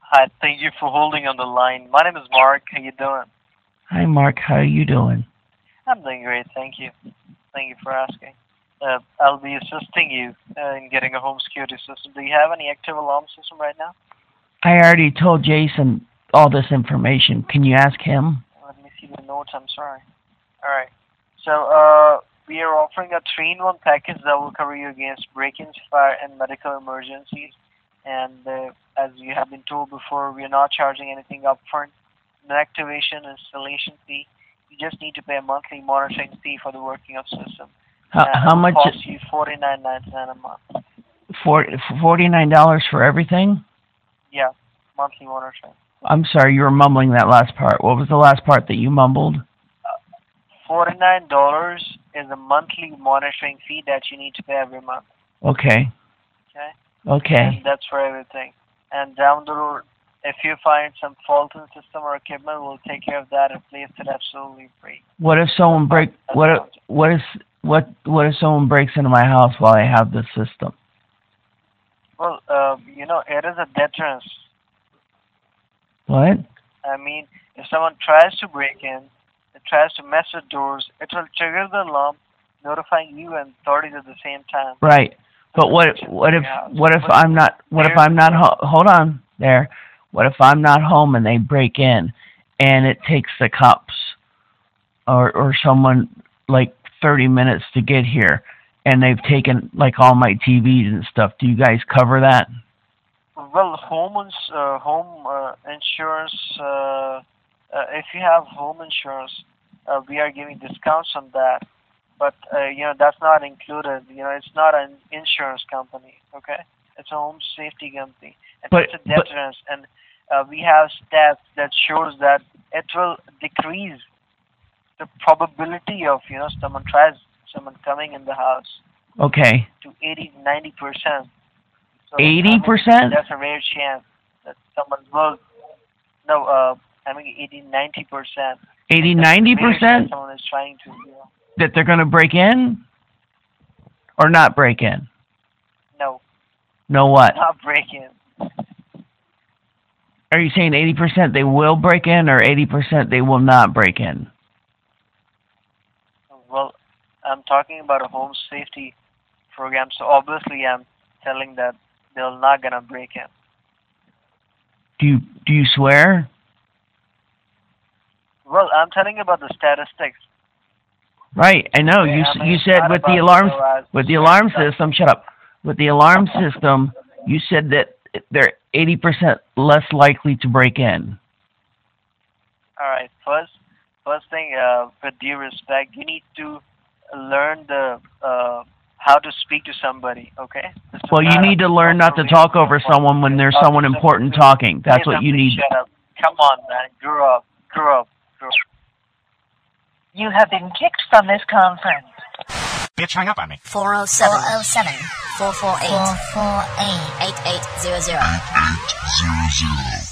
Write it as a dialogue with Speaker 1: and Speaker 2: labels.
Speaker 1: Hi, thank you for holding on the line. My name is Mark. How you doing?
Speaker 2: Hi, Mark. How are you doing?
Speaker 1: I'm doing great, thank you. Thank you for asking. Uh, I'll be assisting you uh, in getting a home security system. Do you have any active alarm system right now?
Speaker 2: I already told Jason all this information. Can you ask him?
Speaker 1: Let me see the notes. I'm sorry. All right. So uh, we are offering a three-in-one package that will cover you against break-ins, fire, and medical emergencies. And uh, as you have been told before, we are not charging anything upfront. No activation, installation fee. You just need to pay a monthly monitoring fee for the working of system.
Speaker 2: How,
Speaker 1: And
Speaker 2: Uh, how
Speaker 1: it will
Speaker 2: much?
Speaker 1: Cost you forty-nine ninety-nine a month.
Speaker 2: For, Forty-nine dollars for everything.
Speaker 1: Yeah, monthly monitoring.
Speaker 2: I'm sorry, you were mumbling that last part. What was the last part that you mumbled?
Speaker 1: Forty-nine dollars is a monthly monitoring fee that you need to pay every month.
Speaker 2: Okay.
Speaker 1: Okay.
Speaker 2: Okay.
Speaker 1: And that's for everything. And down the road, if you find some fault in the system or equipment, we'll take care of that and place it absolutely free.
Speaker 2: What if someone break? What? If, what if? What? What if someone breaks into my house while I have this system?
Speaker 1: Well, uh, you know, it is a deterrence.
Speaker 2: What?
Speaker 1: I mean, if someone tries to break in, it tries to mess with doors, it will trigger the alarm, notifying you and authorities at the same time.
Speaker 2: Right. But what? What if? What if I'm not? What if I'm not? Ho- hold on there. What if I'm not home and they break in, and it takes the cops, or or someone like thirty minutes to get here, and they've taken like all my TVs and stuff. Do you guys cover that?
Speaker 1: Well, home ins- uh, home uh, insurance. Uh, uh, if you have home insurance, uh, we are giving discounts on that. But uh, you know that's not included. You know it's not an insurance company. Okay, it's a home safety company. And
Speaker 2: But-
Speaker 1: it's a
Speaker 2: but-
Speaker 1: deterrence, and uh, we have stats that shows that it will decrease the probability of you know someone tries someone coming in the house
Speaker 2: Okay.
Speaker 1: to 80 90 percent.
Speaker 2: 80%?
Speaker 1: That's a rare chance that someone will. No, uh, I mean 80 90 percent.
Speaker 2: 80, 90 percent
Speaker 1: Someone is trying to. You know,
Speaker 2: that they're going to break in, or not break in.
Speaker 1: no,
Speaker 2: No, what?
Speaker 1: not break in.
Speaker 2: Are you saying eighty percent they will break in, or eighty percent they will not break in?
Speaker 1: Well, I'm talking about a home safety program, so obviously I'm telling that they're not gonna break in.
Speaker 2: Do you do you swear?
Speaker 1: Well, I'm telling about the statistics.
Speaker 2: Right, I know.
Speaker 1: Okay,
Speaker 2: You
Speaker 1: I
Speaker 2: s
Speaker 1: mean,
Speaker 2: you
Speaker 1: it's
Speaker 2: said
Speaker 1: not
Speaker 2: with the
Speaker 1: about
Speaker 2: alarms
Speaker 1: realize-
Speaker 2: with the alarm
Speaker 1: Sorry.
Speaker 2: system. Shut up. With the alarm system, you said that they're eighty percent less likely to break in.
Speaker 1: All right. First, first thing, uh, with due respect, you need to learn the uh, how to speak to somebody. Okay. This is
Speaker 2: Well, you
Speaker 1: not
Speaker 2: need
Speaker 1: a
Speaker 2: to learn not to
Speaker 1: conversation
Speaker 2: talk over
Speaker 1: with
Speaker 2: someone when there's
Speaker 1: Uh,
Speaker 2: someone
Speaker 1: so-
Speaker 2: important talking. That's
Speaker 1: Hey,
Speaker 2: what you
Speaker 1: somebody
Speaker 2: need.
Speaker 1: Shut up! Come on, man. Grow up. Grow up. Grow up.
Speaker 3: You have been kicked from this conference.
Speaker 4: Bitch hung up on me.
Speaker 5: 407 407 448 8800.
Speaker 6: 8800.